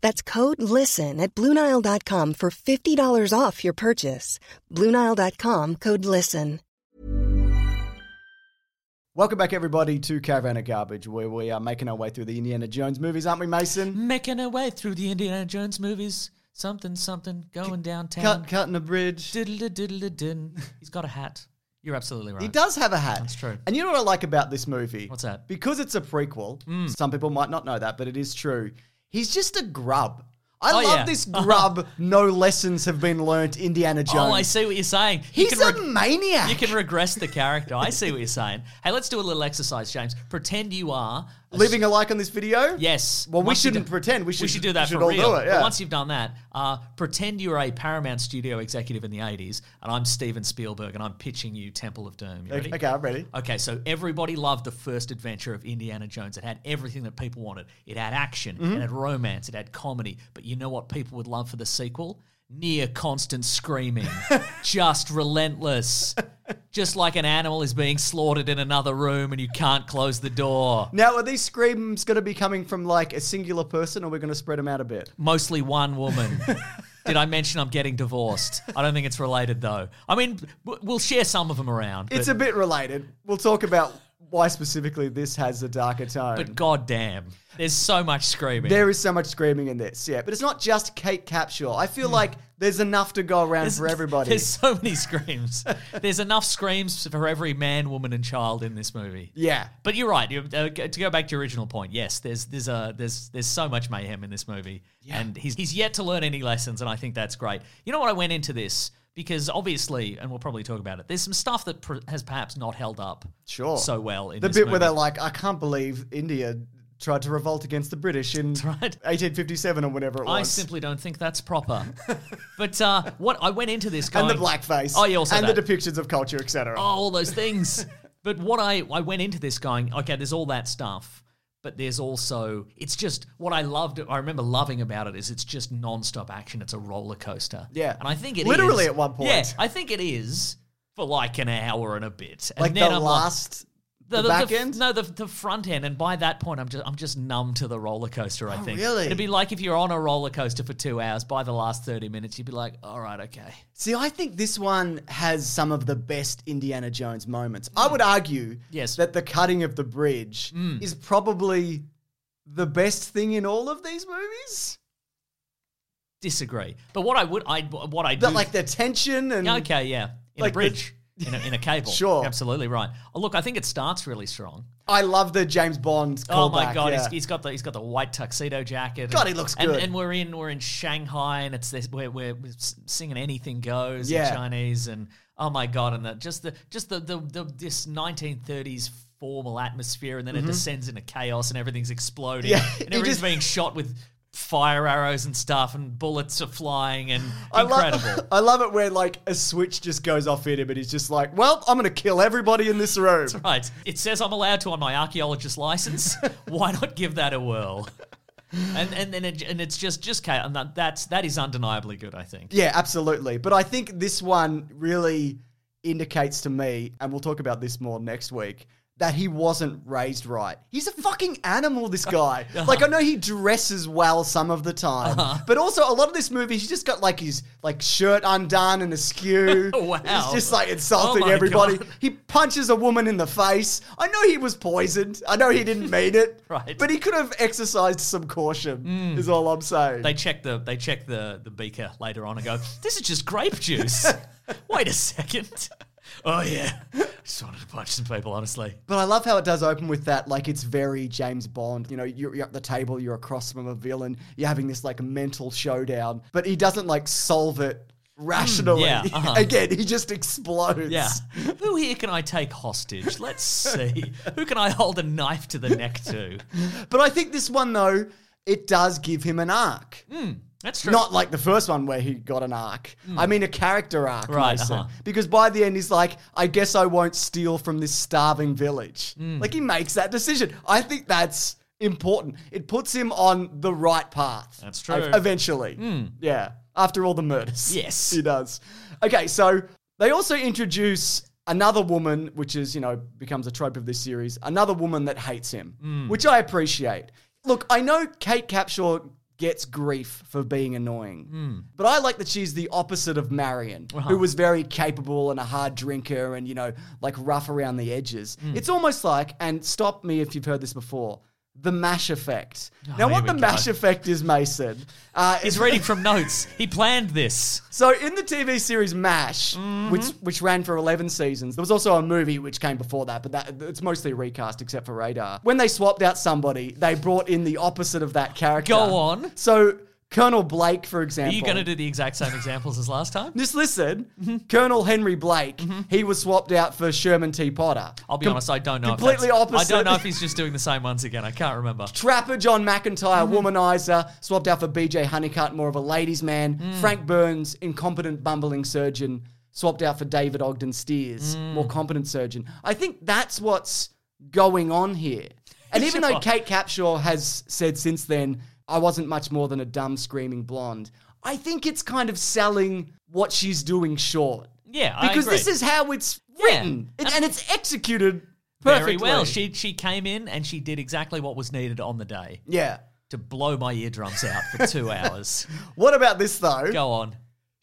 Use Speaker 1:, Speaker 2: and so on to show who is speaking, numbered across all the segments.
Speaker 1: That's code LISTEN at Bluenile.com for $50 off your purchase. Bluenile.com code LISTEN.
Speaker 2: Welcome back, everybody, to Caravan of Garbage, where we are making our way through the Indiana Jones movies, aren't we, Mason?
Speaker 3: Making our way through the Indiana Jones movies. Something, something, going downtown.
Speaker 2: Cut, cutting a bridge.
Speaker 3: Diddle diddle din. He's got a hat. You're absolutely right.
Speaker 2: He does have a hat.
Speaker 3: That's true.
Speaker 2: And you know what I like about this movie?
Speaker 3: What's that? Mm.
Speaker 2: Because it's a prequel. Some people might not know that, but it is true. He's just a grub. I
Speaker 3: Oh,
Speaker 2: love
Speaker 3: yeah.
Speaker 2: this grub. no lessons have been learnt. Indiana Jones.
Speaker 3: Oh, I see what you're saying. You
Speaker 2: He's
Speaker 3: can
Speaker 2: a
Speaker 3: reg-
Speaker 2: maniac.
Speaker 3: You can regress the character. I see what you're saying. Hey, let's do a little exercise, James. Pretend you are a
Speaker 2: leaving a like on this video.
Speaker 3: Yes.
Speaker 2: Well, we
Speaker 3: Once you
Speaker 2: shouldn't pretend. We should-
Speaker 3: do that
Speaker 2: we should
Speaker 3: for
Speaker 2: all
Speaker 3: real.
Speaker 2: do it,
Speaker 3: But
Speaker 2: yeah.
Speaker 3: once you've done that, uh, pretend you're a Paramount studio executive in the '80s, and I'm Steven Spielberg, and I'm pitching you Temple of Doom. You ready?
Speaker 2: Okay, I'm ready.
Speaker 3: Okay, so everybody loved the first adventure of Indiana Jones. It had everything that people wanted. It had action, it had romance, it had comedy. But you know what people would love for the sequel? Near constant screaming, just relentless. Just like an animal is being slaughtered in another room and you can't close the door.
Speaker 2: Now, are these screams going to be coming from like a singular person, or we're going to spread them out a bit?
Speaker 3: mostly one woman. Did I mention I'm getting divorced? I don't think it's related though. I mean, w- we'll share some of them around.
Speaker 2: It's a
Speaker 3: but,
Speaker 2: bit related. We'll talk about why specifically this has a darker tone.
Speaker 3: but goddamn, there's so much screaming.
Speaker 2: there is so much screaming in this, yeah. But it's not just Kate Capshaw. I feel like there's enough to go around
Speaker 3: Hmm. There's-
Speaker 2: for everybody.
Speaker 3: There's so many screams. there's enough screams for every man, woman, and child in this movie.
Speaker 2: yeah.
Speaker 3: But you're right. You're, uh, to go back to your original point, yes, there's there's uh, there's there's so much mayhem in this movie, and he's he's yet to learn any lessons, and I think that's great. You know what? I went into this because obviously, and we'll probably talk about it. There's some stuff that per- has perhaps not held up
Speaker 2: Sure.
Speaker 3: so well in
Speaker 2: The
Speaker 3: this
Speaker 2: bit
Speaker 3: movie.
Speaker 2: where they're like, I can't believe India tried to revolt against the British in
Speaker 3: right.
Speaker 2: 1857 or whatever it was.
Speaker 3: I simply don't think that's proper. but uh, what I went into this going,
Speaker 2: and the blackface.
Speaker 3: Oh, yeah, also
Speaker 2: And
Speaker 3: that.
Speaker 2: the depictions of culture, etc.
Speaker 3: oh, all those things. but what I, I went into this going, okay, there's all that stuff, but there's also, it's just what I loved, I remember loving about it is it's just nonstop action. It's a roller coaster.
Speaker 2: Yeah.
Speaker 3: And I think it is
Speaker 2: Literally at one point.
Speaker 3: Yeah, I think it is for like an hour and a bit. And
Speaker 2: like the
Speaker 3: then I'm
Speaker 2: last. the back
Speaker 3: f-
Speaker 2: end?
Speaker 3: no, the, the front end, and by that point, I'm just I'm just numb to the roller coaster. I think
Speaker 2: Oh, really?
Speaker 3: it'd be like if you're on a roller coaster for two hours. By the last thirty minutes, you'd be like, "All right, okay."
Speaker 2: See, I think this one has some of the best Indiana Jones moments. I would argue
Speaker 3: Yes. Mm.
Speaker 2: that the cutting of the bridge is probably the best thing in all of these movies.
Speaker 3: Disagree. But what I would, I what I do,
Speaker 2: That like the tension and
Speaker 3: Yeah, okay, yeah, in
Speaker 2: Like
Speaker 3: a
Speaker 2: the-
Speaker 3: bridge, in, a, in a cable,
Speaker 2: Sure.
Speaker 3: absolutely right. Oh, look, I think it starts really strong.
Speaker 2: I love the James Bond callback.
Speaker 3: Oh my god,
Speaker 2: yeah.
Speaker 3: he's, he's got the he's got the white tuxedo jacket.
Speaker 2: God,
Speaker 3: and-
Speaker 2: he looks
Speaker 3: and,
Speaker 2: good.
Speaker 3: And we're in we're in Shanghai, and it's this we're we're, we're s- singing anything goes
Speaker 2: Yeah.
Speaker 3: in Chinese, and oh my god, and the, just the just the, the the this 1930s formal atmosphere, and then it descends into chaos, and everything's exploding,
Speaker 2: Mm-hmm. Yeah,
Speaker 3: and
Speaker 2: he
Speaker 3: everything's
Speaker 2: just-
Speaker 3: being shot with fire arrows and stuff, and bullets are flying, and
Speaker 2: I
Speaker 3: incredible.
Speaker 2: love, I love it where like a switch just goes off in him and he's just like, well, I'm going to kill everybody in this room.
Speaker 3: Right. It says I'm allowed to on my archaeologist license. Why not give that a whirl? And and then it, and it's just just chaos. And that, that's that is undeniably good. I think.
Speaker 2: Yeah, absolutely. But I think this one really indicates to me, and we'll talk about this more next week, that he wasn't raised right. He's a fucking animal, this guy.
Speaker 3: Uh-huh.
Speaker 2: Like I know he dresses well some of the time, but also a lot of this movie, he's just got like his like shirt undone and askew.
Speaker 3: Wow.
Speaker 2: He's just like insulting
Speaker 3: Oh my
Speaker 2: everybody.
Speaker 3: God.
Speaker 2: He punches a woman in the face. I know he was poisoned. I know he didn't mean it.
Speaker 3: Right. Hmm.
Speaker 2: But he could have exercised some caution, is all I'm saying.
Speaker 3: They check the they check the the beaker later on and go, this is just grape juice. Wait a second. Oh yeah, just wanted to punch some people. Honestly,
Speaker 2: But I love how it does open with that, like it's very James Bond. You know, you're, you're at the table, you're across from a villain, you're having this like mental showdown, but he doesn't like solve it rationally.
Speaker 3: yeah, uh-huh.
Speaker 2: Again, he just explodes.
Speaker 3: yeah. Who here can I take hostage? Let's see. Who can I hold a knife to the neck to?
Speaker 2: But I think this one though, it does give him an arc.
Speaker 3: That's true. Hmm.
Speaker 2: Not like the first one where he got an arc. I mean a character arc,
Speaker 3: Right,
Speaker 2: Mason.
Speaker 3: uh-huh.
Speaker 2: Because by the end he's like, I guess I won't steal from this starving village.
Speaker 3: Hmm.
Speaker 2: Like he makes that decision. I think that's important. It puts him on the right path.
Speaker 3: That's true.
Speaker 2: ev- Eventually. Yeah. After all the murders.
Speaker 3: Hmm. Yes.
Speaker 2: He does. Okay, so they also introduce another woman, which is, you know, becomes a trope of this series, another woman that hates him,
Speaker 3: Hmm.
Speaker 2: which I appreciate. Look, I know Kate Capshaw gets grief for being annoying,
Speaker 3: Hmm.
Speaker 2: but I like that she's the opposite of Marion,
Speaker 3: Uh-huh.
Speaker 2: who was very capable and a hard drinker and, you know, like rough around the edges.
Speaker 3: Hmm.
Speaker 2: It's almost like, and stop me if you've heard this before. The mash effect. now,
Speaker 3: Oh, here
Speaker 2: what
Speaker 3: we
Speaker 2: the
Speaker 3: go.
Speaker 2: mash effect is, Mason, uh, is
Speaker 3: He's reading from notes. He planned this.
Speaker 2: so in the TV series MASH,
Speaker 3: Mm-hmm.
Speaker 2: which which ran for 11 seasons, there was also a movie which came before that, but that it's mostly recast except for Radar. When they swapped out somebody, they brought in the opposite of that character.
Speaker 3: Go on.
Speaker 2: So Colonel Blake, for
Speaker 3: Are
Speaker 2: example.
Speaker 3: you going to do Mm-hmm. the exact same examples as last time?
Speaker 2: Just listen. Colonel Henry Blake,
Speaker 3: Mm-hmm.
Speaker 2: he was swapped out for Sherman T. Potter.
Speaker 3: I'll be
Speaker 2: Com-
Speaker 3: honest. I don't know. if
Speaker 2: Completely
Speaker 3: that's-
Speaker 2: opposite.
Speaker 3: I don't know if he's just doing the same ones again. I can't remember.
Speaker 2: Trapper John McIntyre,
Speaker 3: Mm-hmm.
Speaker 2: womanizer, swapped out for BJ Honeycutt, more of a ladies' man.
Speaker 3: Mm.
Speaker 2: Frank Burns, incompetent, bumbling surgeon, swapped out for David Ogden Steers,
Speaker 3: Mm.
Speaker 2: more competent surgeon. I think that's what's going on here. And even though
Speaker 3: Sure.
Speaker 2: Kate Capshaw has said since then, I wasn't much more than a dumb, screaming blonde, I think it's kind of selling what she's doing short.
Speaker 3: Yeah, I
Speaker 2: Because
Speaker 3: agree.
Speaker 2: this is how it's
Speaker 3: Yeah.
Speaker 2: written It- and it's executed
Speaker 3: very
Speaker 2: perfectly.
Speaker 3: well. She she came in and she did exactly what was needed on the day
Speaker 2: yeah.
Speaker 3: to blow my eardrums out for two hours.
Speaker 2: What about this though?
Speaker 3: Go on.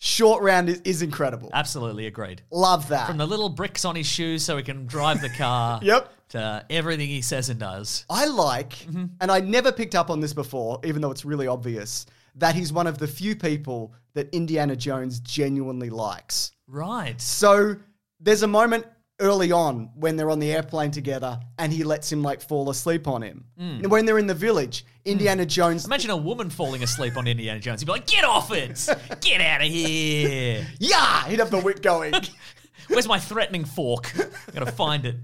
Speaker 2: Short round is, is incredible.
Speaker 3: Absolutely agreed.
Speaker 2: Love that.
Speaker 3: From the little bricks on his shoes so he can drive the car.
Speaker 2: Yep.
Speaker 3: To everything he says and does.
Speaker 2: I like,
Speaker 3: Mm-hmm.
Speaker 2: and I never picked up on this before, even though it's really obvious, that he's one of the few people that Indiana Jones genuinely likes.
Speaker 3: Right.
Speaker 2: So there's a moment early on when they're on the airplane together and he lets him like fall asleep on him.
Speaker 3: Mm.
Speaker 2: And when they're in the village, Indiana Jones,
Speaker 3: Imagine a woman falling asleep on Indiana Jones. He'd be like, "Get off it! Get out of here!
Speaker 2: yeah, he'd have the whip going.
Speaker 3: Where's my threatening fork? I'm gonna find it."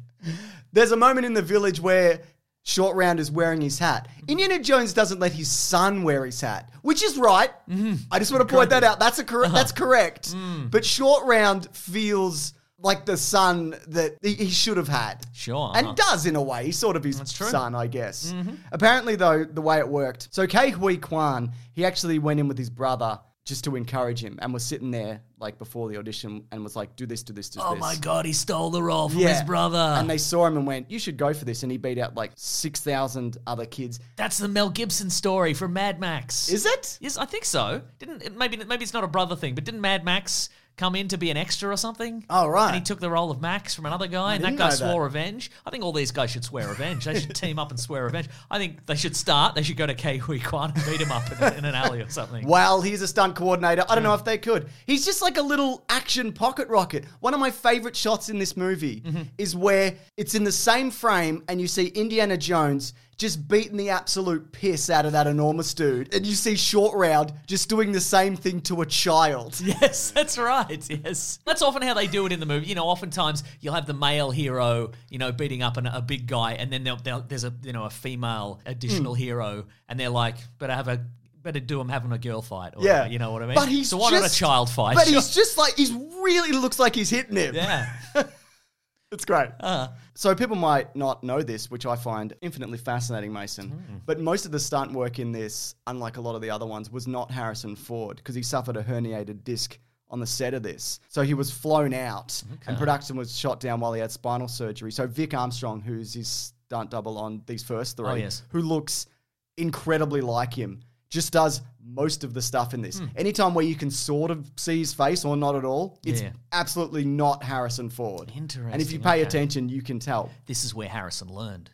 Speaker 2: There's a moment in the village where Short Round is wearing his hat.
Speaker 3: Mm-hmm.
Speaker 2: Indiana Jones doesn't let his son wear his hat, which is right.
Speaker 3: Mm-hmm.
Speaker 2: I just want to point that out. That's a cor-
Speaker 3: Uh-huh.
Speaker 2: that's correct.
Speaker 3: Mm.
Speaker 2: But Short Round feels like the son that he, he should have had.
Speaker 3: Sure,
Speaker 2: And
Speaker 3: uh-huh.
Speaker 2: does in a way. He's sort of his
Speaker 3: true. Mm-hmm.
Speaker 2: son, I guess. Apparently, though, the way it worked. So Kei Hui Kwan, he actually went in with his brother just to encourage him and was sitting there like before the audition and was like, do this, do this, do
Speaker 3: Oh
Speaker 2: this.
Speaker 3: my god, he stole the role from
Speaker 2: Yeah.
Speaker 3: his brother.
Speaker 2: And they saw him and went, "You should go for this." And he beat out like six thousand other kids.
Speaker 3: That's the Mel Gibson story from Mad Max.
Speaker 2: Is it?
Speaker 3: Yes, I think so. Didn't it- maybe maybe it's not a brother thing, but didn't Mad Max come in to be an extra or something?
Speaker 2: Oh, right.
Speaker 3: And he took the role of Max from another guy, and that
Speaker 2: didn't
Speaker 3: guy
Speaker 2: know that.
Speaker 3: swore revenge. I think all these guys should swear revenge. They should team up and swear revenge. I think they should start. They should go to Kei Hui Kwan and beat him up in, in an alley or something.
Speaker 2: Well, he's a stunt coordinator. I don't know if they could. He's just like a little action pocket rocket. One of my favorite shots in this movie is where it's in the same frame and you see Indiana Jones just beating the absolute piss out of that enormous dude. And you see Short Round just doing the same thing to a child.
Speaker 3: Yes, that's right. Yes, that's often how they do it in the movie. You know, oftentimes you'll have the male hero, you know, beating up an, a big guy, and then they'll, they'll, there's a you know a female additional
Speaker 2: Hmm.
Speaker 3: hero, and they're like, better have a better do them having a girl fight. Or,
Speaker 2: Yeah.
Speaker 3: you know what I mean.
Speaker 2: But he's
Speaker 3: so why
Speaker 2: just,
Speaker 3: not a child fight?
Speaker 2: But he's just like, he's really looks like he's hitting him.
Speaker 3: yeah.
Speaker 2: It's great.
Speaker 3: Ah.
Speaker 2: So people might not know this, which I find infinitely fascinating, Mason.
Speaker 3: Mm.
Speaker 2: But most of the stunt work in this, unlike a lot of the other ones, was not Harrison Ford because he suffered a herniated disc on the set of this. So he was flown out, and production was shot down while he had spinal surgery. So Vic Armstrong, who's his stunt double on these first three,
Speaker 3: Oh, yes.
Speaker 2: who looks incredibly like him. just does most of the stuff in
Speaker 3: Hmm.
Speaker 2: this. Anytime where you can sort of see his face or not at all, it's
Speaker 3: Yeah.
Speaker 2: absolutely not Harrison Ford. And if you
Speaker 3: Interesting,
Speaker 2: pay
Speaker 3: okay.
Speaker 2: attention, you can tell.
Speaker 3: This is where Harrison learned.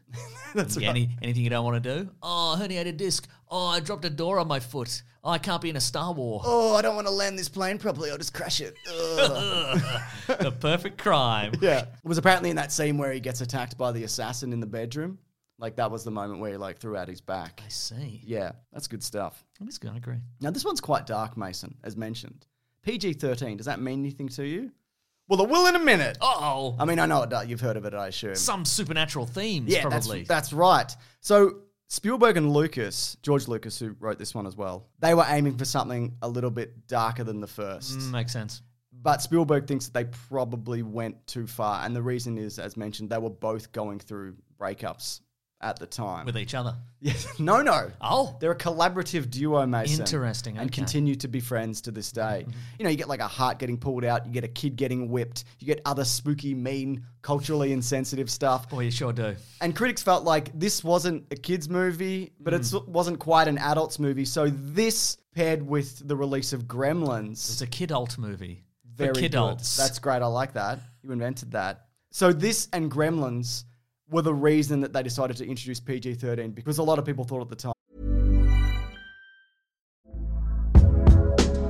Speaker 3: Yeah, any, anything you don't want to do? Oh, herniated disc. Oh, I dropped a door on my foot. Oh, I can't be in a Star War.
Speaker 2: Oh, I don't want to land this plane properly. I'll just crash it. Ugh.
Speaker 3: the perfect crime.
Speaker 2: yeah. It was apparently in that scene where he gets attacked by the assassin in the bedroom. Like that was the moment where he like threw out his back.
Speaker 3: I see.
Speaker 2: Yeah, that's good stuff.
Speaker 3: I'm just going to agree.
Speaker 2: Now this one's quite dark, Mason, as mentioned. PG thirteen. Does that mean anything to you? Well, it will in a minute.
Speaker 3: Oh,
Speaker 2: I mean, I know it does. You've heard of it, I assume.
Speaker 3: some supernatural themes,
Speaker 2: yeah, that's-
Speaker 3: probably.
Speaker 2: That's, right. So Spielberg and Lucas, George Lucas, who wrote this one as well, they were aiming for something a little bit darker than the first.
Speaker 3: Mm, makes sense.
Speaker 2: But Spielberg thinks that they probably went too far. And the reason is, as mentioned, they were both going through breakups at the time.
Speaker 3: With each other.
Speaker 2: Yes. no, no.
Speaker 3: Oh,
Speaker 2: They're a collaborative duo, Mason.
Speaker 3: Interesting,
Speaker 2: And
Speaker 3: okay. Mm-hmm.
Speaker 2: continue to be friends to this day. You know, you get like a heart getting pulled out, you get a kid getting whipped, you get other spooky, mean, culturally insensitive stuff.
Speaker 3: boy, you sure do.
Speaker 2: And critics felt like this wasn't a kids' movie, but
Speaker 3: Hmm.
Speaker 2: it wasn't quite an adults' movie. So this paired with the release of Gremlins
Speaker 3: It's a kid alt movie.
Speaker 2: very
Speaker 3: for kid
Speaker 2: good.
Speaker 3: alts.
Speaker 2: That's great. I like that. You invented that. So this and Gremlins were the reason that they decided to introduce PG-13 because a lot of people thought at the time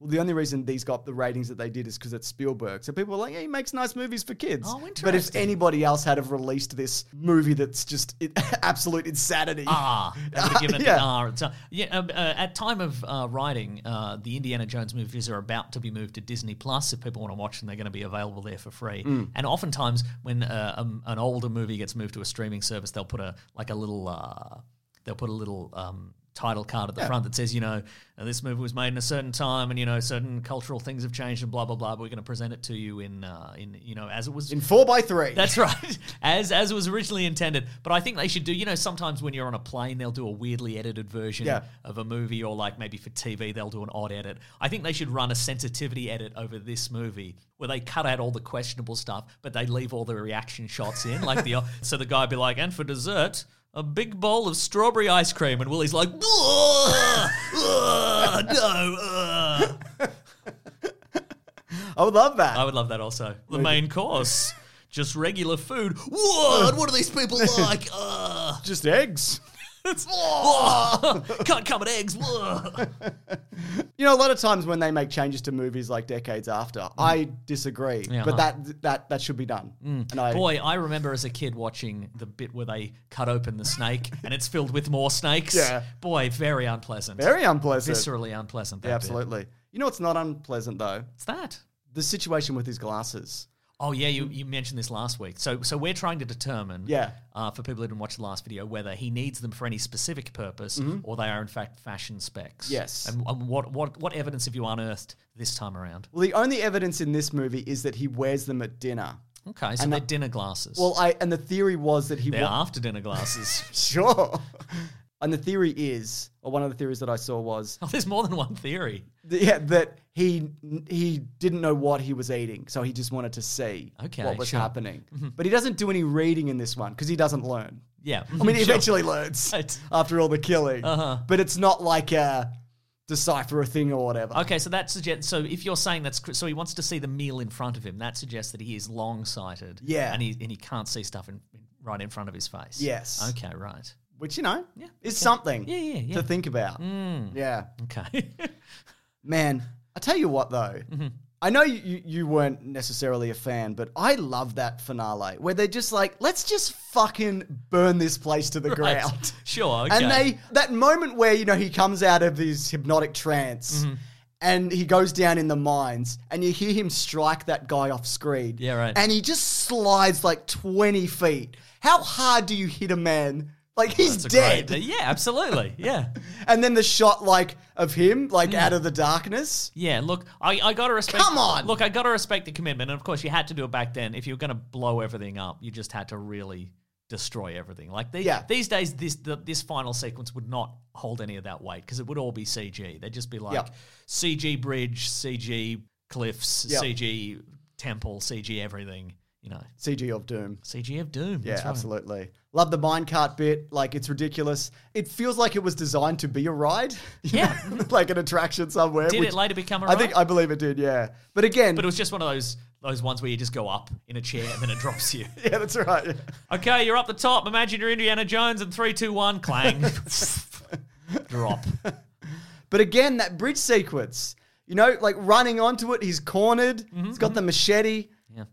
Speaker 2: well, the only reason these got the ratings that they did is because it's Spielberg. So people were like, yeah, he makes nice movies for kids.
Speaker 3: Oh,
Speaker 2: But if
Speaker 3: interesting.
Speaker 2: anybody else had have released this movie that's just it, absolute insanity.
Speaker 3: Ah, they would have given it
Speaker 2: Yeah.
Speaker 3: an R. It's a- yeah, um, uh, at time of uh, writing, uh, the Indiana Jones movies are about to be moved to Disney Plus. If people want to watch them, they're going to be available there for free.
Speaker 2: Mm.
Speaker 3: And oftentimes, when uh, um, an older movie gets moved to a streaming service, they'll put a like a little uh, they'll put a little um, title card at the front that says, you know, uh, this movie was made in a certain time, and you know, certain cultural things have changed, and blah blah blah. But we're going to present it to you in uh, in you know as it was
Speaker 2: In four by three.
Speaker 3: that's right, as as was originally intended. But I think they should do. You know, sometimes when you're on a plane, they'll do a weirdly edited version
Speaker 2: Yeah.
Speaker 3: of a movie, or like maybe for TV, they'll do an odd edit. I think they should run a sensitivity edit over this movie where they cut out all the questionable stuff, but they leave all the reaction shots in. Like the so the guy would be like, and for dessert. A big bowl of strawberry ice cream, and Willie's like, "Ugh, ugh, no. ugh."
Speaker 2: I would love that.
Speaker 3: I would love that also. The main course Just regular food. What? What are these people like? Uh, Ugh.
Speaker 2: Just eggs.
Speaker 3: It's- Ugh. Can't come at eggs. Ugh.
Speaker 2: You know, a lot of times when they make changes to movies like decades after, I disagree.
Speaker 3: Mm-hmm. Yeah,
Speaker 2: but
Speaker 3: huh.
Speaker 2: that that that should be done. And I
Speaker 3: Boy, I remember as a kid watching the bit where they cut open the snake and it's filled with more snakes.
Speaker 2: Yeah.
Speaker 3: Boy, very unpleasant.
Speaker 2: very unpleasant.
Speaker 3: viscerally unpleasant. That
Speaker 2: Yeah,
Speaker 3: bit.
Speaker 2: absolutely. You know what's not unpleasant though?
Speaker 3: What's that?
Speaker 2: The situation with his glasses.
Speaker 3: Oh yeah, you, you mentioned this last week. So so we're trying to determine
Speaker 2: Mm-hmm. Yeah.
Speaker 3: uh, for people who didn't watch the last video whether he needs them for any specific purpose or they are in fact fashion specs.
Speaker 2: Mm-hmm. Yes.
Speaker 3: And, and what what what evidence have you unearthed this time around?
Speaker 2: Well, the only evidence in this movie is that he wears them at dinner.
Speaker 3: Okay, so
Speaker 2: And
Speaker 3: they're
Speaker 2: the-
Speaker 3: dinner glasses.
Speaker 2: Well, I and the theory was that he
Speaker 3: they're
Speaker 2: wa-
Speaker 3: after dinner glasses.
Speaker 2: sure. and the theory is, or one of the theories that I saw was,
Speaker 3: oh, there's more than one theory.
Speaker 2: th- yeah, that he he didn't know what he was eating, so he just wanted to see
Speaker 3: Okay,
Speaker 2: what was
Speaker 3: sure. Mm-hmm.
Speaker 2: happening. But he doesn't do any reading in this one because he doesn't learn.
Speaker 3: Yeah.
Speaker 2: I mean, he
Speaker 3: Sure.
Speaker 2: eventually learns
Speaker 3: Right. Uh-huh.
Speaker 2: after all the killing, but it's not like a decipher a thing or whatever.
Speaker 3: Okay, so that suggests. So if you're saying that's cr- so, he wants to see the meal in front of him. That suggests that he is long-sighted.
Speaker 2: Yeah.
Speaker 3: and he and he can't see stuff in, in- right in front of his face.
Speaker 2: Yes.
Speaker 3: Okay. Right.
Speaker 2: Which you know
Speaker 3: Yeah,
Speaker 2: is
Speaker 3: okay.
Speaker 2: something
Speaker 3: Yeah, yeah, Mm. yeah.
Speaker 2: to think about. Yeah.
Speaker 3: Okay.
Speaker 2: Man, I tell you what though.
Speaker 3: Mm-hmm.
Speaker 2: I know you, you- you weren't necessarily a fan, but I love that finale where they're just like, let's just fucking burn this place to the ground.
Speaker 3: sure. Okay.
Speaker 2: And they that moment where, you know, he comes out of his hypnotic trance
Speaker 3: Mm-hmm.
Speaker 2: and he goes down in the mines and you hear him strike that guy off screen.
Speaker 3: Yeah, right.
Speaker 2: And he just slides like twenty feet. How hard do you hit a man? Like he's
Speaker 3: That's a
Speaker 2: dead.
Speaker 3: great- yeah, absolutely. Yeah.
Speaker 2: And then the shot like of him, like
Speaker 3: Mm.
Speaker 2: out of the darkness.
Speaker 3: Yeah, look, I, I gotta respect.
Speaker 2: Come on!
Speaker 3: Look, I gotta respect the commitment. And of course, you had to do it back then. If you were gonna blow everything up, you just had to really destroy everything. Like the,
Speaker 2: Yeah.
Speaker 3: these days, this the, this final sequence would not hold any of that weight because it would all be CG. They'd just be like
Speaker 2: Yep.
Speaker 3: CG bridge, CG cliffs,
Speaker 2: Yep.
Speaker 3: CG temple, CG everything. You know,
Speaker 2: CG of Doom.
Speaker 3: CG of doom.
Speaker 2: Yeah,
Speaker 3: that's right.
Speaker 2: absolutely. Love the minecart bit. Like, it's ridiculous. It feels like it was designed to be a ride. you
Speaker 3: Yeah.
Speaker 2: know, like an attraction somewhere.
Speaker 3: Did
Speaker 2: which-
Speaker 3: it later become a
Speaker 2: I think,
Speaker 3: ride?
Speaker 2: I believe it did, yeah. But again,
Speaker 3: But it was just one of those those ones where you just go up in a chair and then it drops you.
Speaker 2: yeah, that's right. yeah.
Speaker 3: Okay, you're up the top. Imagine you're Indiana Jones and three, two, one, clang. Drop.
Speaker 2: But again, that bridge sequence, you know, like running onto it, he's cornered,
Speaker 3: Mm-hmm,
Speaker 2: he's got the machete.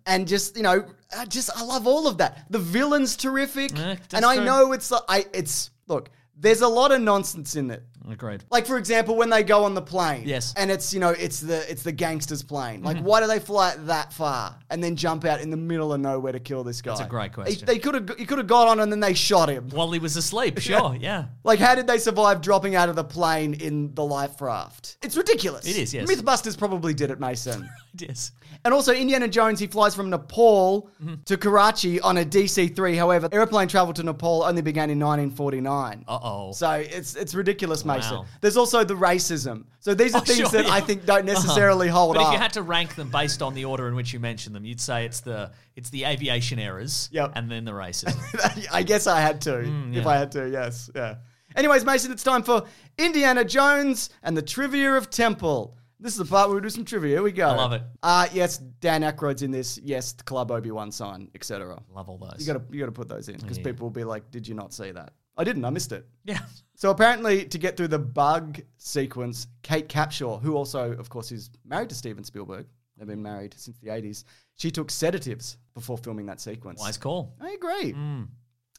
Speaker 2: And just you know, I just I love all of that. The villain's terrific,
Speaker 3: Yeah,
Speaker 2: and
Speaker 3: that's
Speaker 2: I
Speaker 3: true.
Speaker 2: know it's I it's look. There's a lot of nonsense in it,
Speaker 3: Agreed.
Speaker 2: Like for example, when they go on the plane,
Speaker 3: Yes. Mm-hmm.
Speaker 2: and it's you know it's the it's the gangsters' plane. Like why do they fly it that far and then jump out in the middle of nowhere to kill this guy? That's
Speaker 3: a great question.
Speaker 2: They could have he could have got on and then they shot him.
Speaker 3: While he was asleep, sure, yeah.
Speaker 2: Like how did they survive dropping out of the plane in the life raft? It's ridiculous.
Speaker 3: It is, yes.
Speaker 2: MythBusters probably did it, Mason.
Speaker 3: Yes.
Speaker 2: and also Indiana Jones, he flies from Nepal to Karachi on a DC three. However, airplane travel to Nepal only began in 1949.
Speaker 3: Uh oh.
Speaker 2: So it's it's ridiculous, Mason.
Speaker 3: Wow.
Speaker 2: There's also the racism. So these are
Speaker 3: Oh,
Speaker 2: things
Speaker 3: sure,
Speaker 2: that
Speaker 3: yeah. Uh-huh.
Speaker 2: I think don't necessarily hold
Speaker 3: But if
Speaker 2: up.
Speaker 3: you had to rank them based on the order in which you mentioned them, you'd say it's the it's the aviation errors,
Speaker 2: Yep.
Speaker 3: and then the racism.
Speaker 2: I guess I had to.
Speaker 3: Mm,
Speaker 2: If I had to, yes, yeah. Anyways, Mason, it's time for Indiana Jones and the trivia of Temple. This is the part where we do some trivia. Here we go. I
Speaker 3: love it.
Speaker 2: Uh yes, Dan Aykroyd's in this. Yes, the Club Obi Wan sign, etc.
Speaker 3: Love all those.
Speaker 2: You gotta you gotta put those in because people will be like, "Did you not see that? I didn't. I missed it."
Speaker 3: yeah.
Speaker 2: So apparently, to get through the bug sequence, Kate Capshaw, who also, of course, is married to Steven Spielberg, they've been married since the 80s, she took sedatives before filming that sequence.
Speaker 3: Wise call.
Speaker 2: I agree. Oh,
Speaker 3: Mm.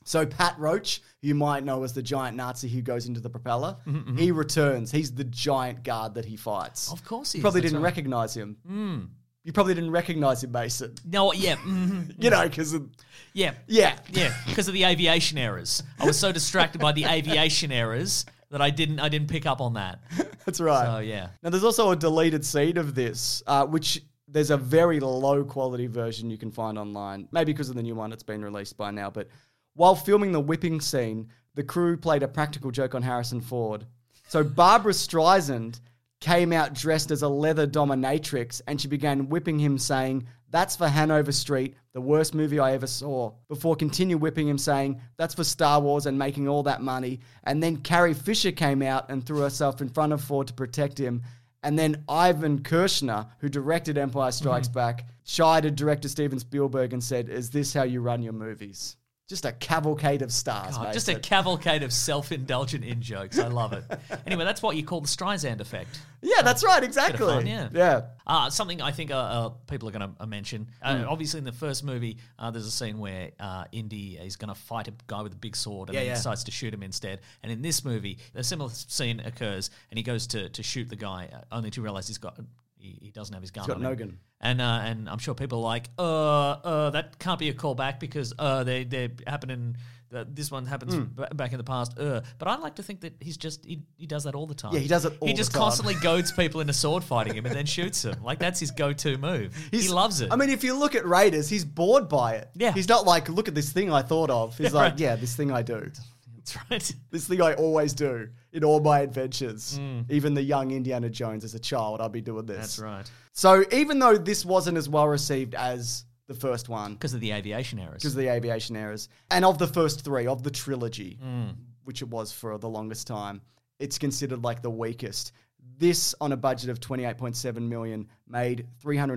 Speaker 2: So Pat Roach, who you might know as the giant Nazi who goes into the propeller,
Speaker 3: Mm-hmm,
Speaker 2: he returns. He's the giant guard that he fights.
Speaker 3: Of course he
Speaker 2: You
Speaker 3: is,
Speaker 2: probably
Speaker 3: that's
Speaker 2: didn't
Speaker 3: right.
Speaker 2: recognize him.
Speaker 3: Mm.
Speaker 2: You probably didn't recognize him, Mason.
Speaker 3: No, yeah, mhm,
Speaker 2: You know, because of...
Speaker 3: yeah,
Speaker 2: Yeah.
Speaker 3: yeah, because of the aviation errors. I was so distracted by the aviation errors that I didn't I didn't pick up on that.
Speaker 2: That's right.
Speaker 3: So yeah,
Speaker 2: Now, there's also a deleted scene of this, uh, which there's a very low quality version you can find online. Maybe because of the new one, it's been released by now. But while filming the whipping scene, the crew played a practical joke on Harrison Ford. So Barbara Streisand came out dressed as a leather dominatrix and she began whipping him, saying, That's for Hanover Street, the worst movie I ever saw. Before continue whipping him, saying, That's for Star Wars and making all that money. And then Carrie Fisher came out and threw herself in front of Ford to protect him. And then Ivan Kershner, who directed Empire Strikes
Speaker 3: Mm-hmm.
Speaker 2: Back, chided director Steven Spielberg and said, Is this how you run your movies? Just a cavalcade of stars.
Speaker 3: God,
Speaker 2: mate.
Speaker 3: just a
Speaker 2: But-
Speaker 3: cavalcade of self-indulgent in jokes. I love it. anyway, that's what you call the Streisand effect.
Speaker 2: yeah, that's right, exactly.
Speaker 3: fun, yeah.
Speaker 2: yeah.
Speaker 3: Uh, something I think uh, uh, people are going to uh, mention. Uh,
Speaker 2: Mm.
Speaker 3: Obviously, in the first movie, uh, there's a scene where uh, Indy is going to fight a guy with a big sword and
Speaker 2: Yeah,
Speaker 3: then
Speaker 2: yeah.
Speaker 3: decides to shoot him instead. And in this movie, a similar scene occurs and he goes to, to shoot the guy, uh, only to realize he's got. He he doesn't have his gun.
Speaker 2: got
Speaker 3: on
Speaker 2: no
Speaker 3: him.
Speaker 2: gun.
Speaker 3: and uh, and I'm sure people are like, uh, uh, that can't be a callback because uh, they they happen in uh, this one happens
Speaker 2: Hmm.
Speaker 3: ba- back in the past. Uh, but I like to think that he's just he, he does that all the time.
Speaker 2: Yeah, he does it all
Speaker 3: He
Speaker 2: the
Speaker 3: just
Speaker 2: time.
Speaker 3: constantly goads people into sword fighting him and then shoots him. Like that's his go-to move. he loves it.
Speaker 2: I mean, if you look at Raiders, he's bored by it.
Speaker 3: Yeah.
Speaker 2: He's not like, look at this thing I thought of. He's like,
Speaker 3: right.
Speaker 2: yeah, this thing I do.
Speaker 3: that's right.
Speaker 2: This thing I always do in all my adventures. Even the young Indiana Jones as a child, I'll be doing this.
Speaker 3: Hmm. That's right.
Speaker 2: So even though this wasn't as well received as the first one,
Speaker 3: Because of the aviation errors.
Speaker 2: because of the aviation errors, and of the first three, of the trilogy,
Speaker 3: Hmm.
Speaker 2: which it was for the longest time, it's considered like the weakest. This, on a budget of 28.7 million, made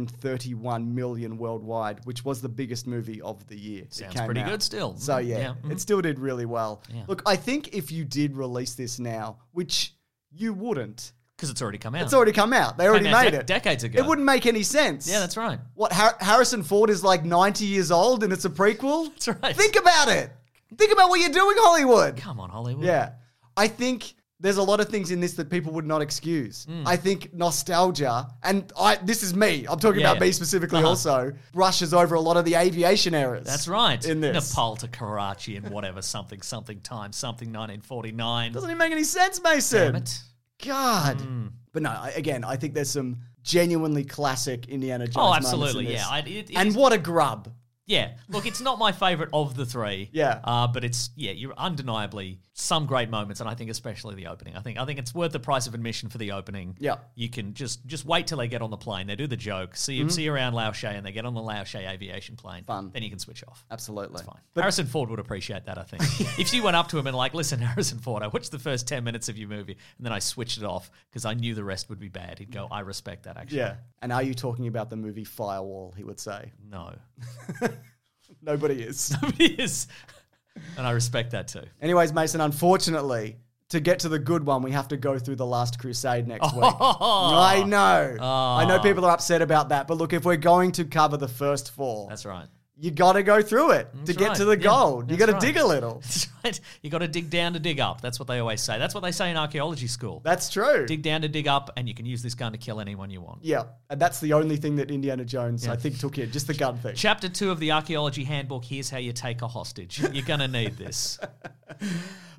Speaker 2: 331 million worldwide, which was the biggest movie of the year. It
Speaker 3: Sounds
Speaker 2: came
Speaker 3: pretty
Speaker 2: out.
Speaker 3: good still.
Speaker 2: So
Speaker 3: Mm,
Speaker 2: yeah,
Speaker 3: yeah, mhm.
Speaker 2: it still did really well.
Speaker 3: Yeah.
Speaker 2: Look, I think if you did release this now, which you wouldn't,
Speaker 3: Because it's already come out.
Speaker 2: it's already come out. They already
Speaker 3: out
Speaker 2: made
Speaker 3: dec-
Speaker 2: it
Speaker 3: decades ago.
Speaker 2: It wouldn't make any sense.
Speaker 3: yeah, that's right.
Speaker 2: What Har- Harrison Ford is like 90 years old and it's a prequel?
Speaker 3: That's right.
Speaker 2: Think about it. Think about what you're doing, Hollywood.
Speaker 3: Come on, Hollywood.
Speaker 2: Yeah. I think there's a lot of things in this that people would not excuse.
Speaker 3: Mm.
Speaker 2: I think nostalgia, and I this is me, I'm talking
Speaker 3: Yeah,
Speaker 2: about
Speaker 3: yeah.
Speaker 2: me specifically
Speaker 3: Uh-huh.
Speaker 2: also, brushes over a lot of the aviation errors.
Speaker 3: That's right.
Speaker 2: In this.
Speaker 3: Nepal to Karachi and whatever, something, something time, something 1949.
Speaker 2: Doesn't even make any sense, Mason.
Speaker 3: Damn it. Hmm.
Speaker 2: God. But no, I, again, I think there's some genuinely classic Indiana Jones.
Speaker 3: Oh,
Speaker 2: moments in
Speaker 3: absolutely.
Speaker 2: this.
Speaker 3: Yeah. I, it, it
Speaker 2: and
Speaker 3: is-
Speaker 2: what a grub.
Speaker 3: Yeah. Look, it's not my favorite of the three.
Speaker 2: Yeah.
Speaker 3: Uh, but it's yeah, you're undeniably some great moments, and I think especially the opening. I think I think it's worth the price of admission for the opening.
Speaker 2: Yeah.
Speaker 3: You can just just wait till they get on the plane. They do the joke. See you see you around Laoshe, and they get on the Laoshe aviation plane.
Speaker 2: Mm-hmm. Fun.
Speaker 3: Then you can switch off.
Speaker 2: Absolutely.
Speaker 3: Fine. Harrison Ford would appreciate that, I think. if you went up to him and like, listen, Harrison Ford, I watched the first ten minutes of your movie, and then I switched it off because I knew the rest would be bad. He'd go, I respect that. Actually,
Speaker 2: Mm. Yeah. And are you talking about the movie Firewall? He would say.
Speaker 3: no,
Speaker 2: Nobody is.
Speaker 3: He is- and I respect that too.
Speaker 2: Anyways, Mason, unfortunately, to get to the good one, we have to go through The Last Crusade next week. I know.
Speaker 3: Ah.
Speaker 2: I know people are upset about that. But look, if we're going to cover the first four,
Speaker 3: That's right.
Speaker 2: you got to go through it to
Speaker 3: That's
Speaker 2: get
Speaker 3: right.
Speaker 2: to the
Speaker 3: Yeah,
Speaker 2: gold. You
Speaker 3: that's
Speaker 2: got to
Speaker 3: right.
Speaker 2: dig a little.
Speaker 3: That's right. You got to dig down to dig up. That's what they always say. That's what they say in archaeology school.
Speaker 2: That's true.
Speaker 3: dig down to dig up, and you can use this gun to kill anyone you want.
Speaker 2: Yeah, and that's the only thing that Indiana Jones, I think, took in, just the gun thing.
Speaker 3: Chapter two of the archaeology handbook. Here's how you take a hostage. You're gonna need this.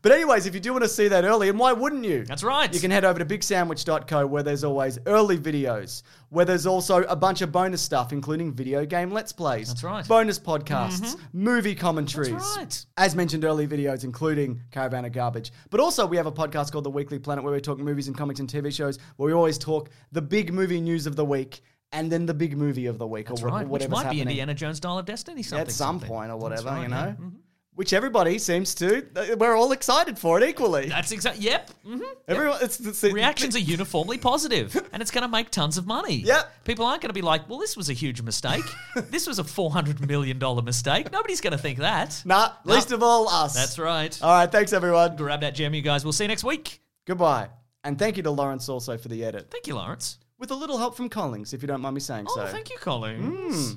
Speaker 2: But anyways, if you do want to see that early, and why wouldn't you?
Speaker 3: That's right.
Speaker 2: You can head over to bigsandwich.co where there's always early videos, where there's also a bunch of bonus stuff, including video game let's plays.
Speaker 3: That's right. Mm-hmm.
Speaker 2: Bonus podcasts, movie commentaries.
Speaker 3: That's right.
Speaker 2: As mentioned, early videos, including Caravan of Garbage. But also, we have a podcast called The Weekly Planet where we talk movies and comics and TV shows, where we always talk the big movie news of the week and then the big movie of the week
Speaker 3: That's
Speaker 2: or wh-
Speaker 3: right. Which
Speaker 2: whatever's
Speaker 3: might
Speaker 2: happening.
Speaker 3: be Indiana Jones' Dial of Destiny. Something
Speaker 2: at some
Speaker 3: something.
Speaker 2: point or whatever,
Speaker 3: right,
Speaker 2: you know.
Speaker 3: yeah. Mm-hmm.
Speaker 2: Which everybody seems to. We're all excited for it equally.
Speaker 3: That's exact. Yep. hmm
Speaker 2: Everyone, it's, it's, it-
Speaker 3: Reactions are uniformly positive, and it's going to make tons of money.
Speaker 2: Yep.
Speaker 3: People aren't going to be like, "Well, this was a huge mistake. this was a four hundred million dollar mistake." Nobody's going to think that.
Speaker 2: Nah,
Speaker 3: Nah.
Speaker 2: least of all us.
Speaker 3: That's right.
Speaker 2: All right, thanks everyone.
Speaker 3: Grab that gem, you guys. We'll see you next week.
Speaker 2: Goodbye. And thank you to Lawrence also for the edit.
Speaker 3: Thank you, Lawrence.
Speaker 2: With a little help from Collings, if you don't mind me saying so.
Speaker 3: Oh, thank you, Collins.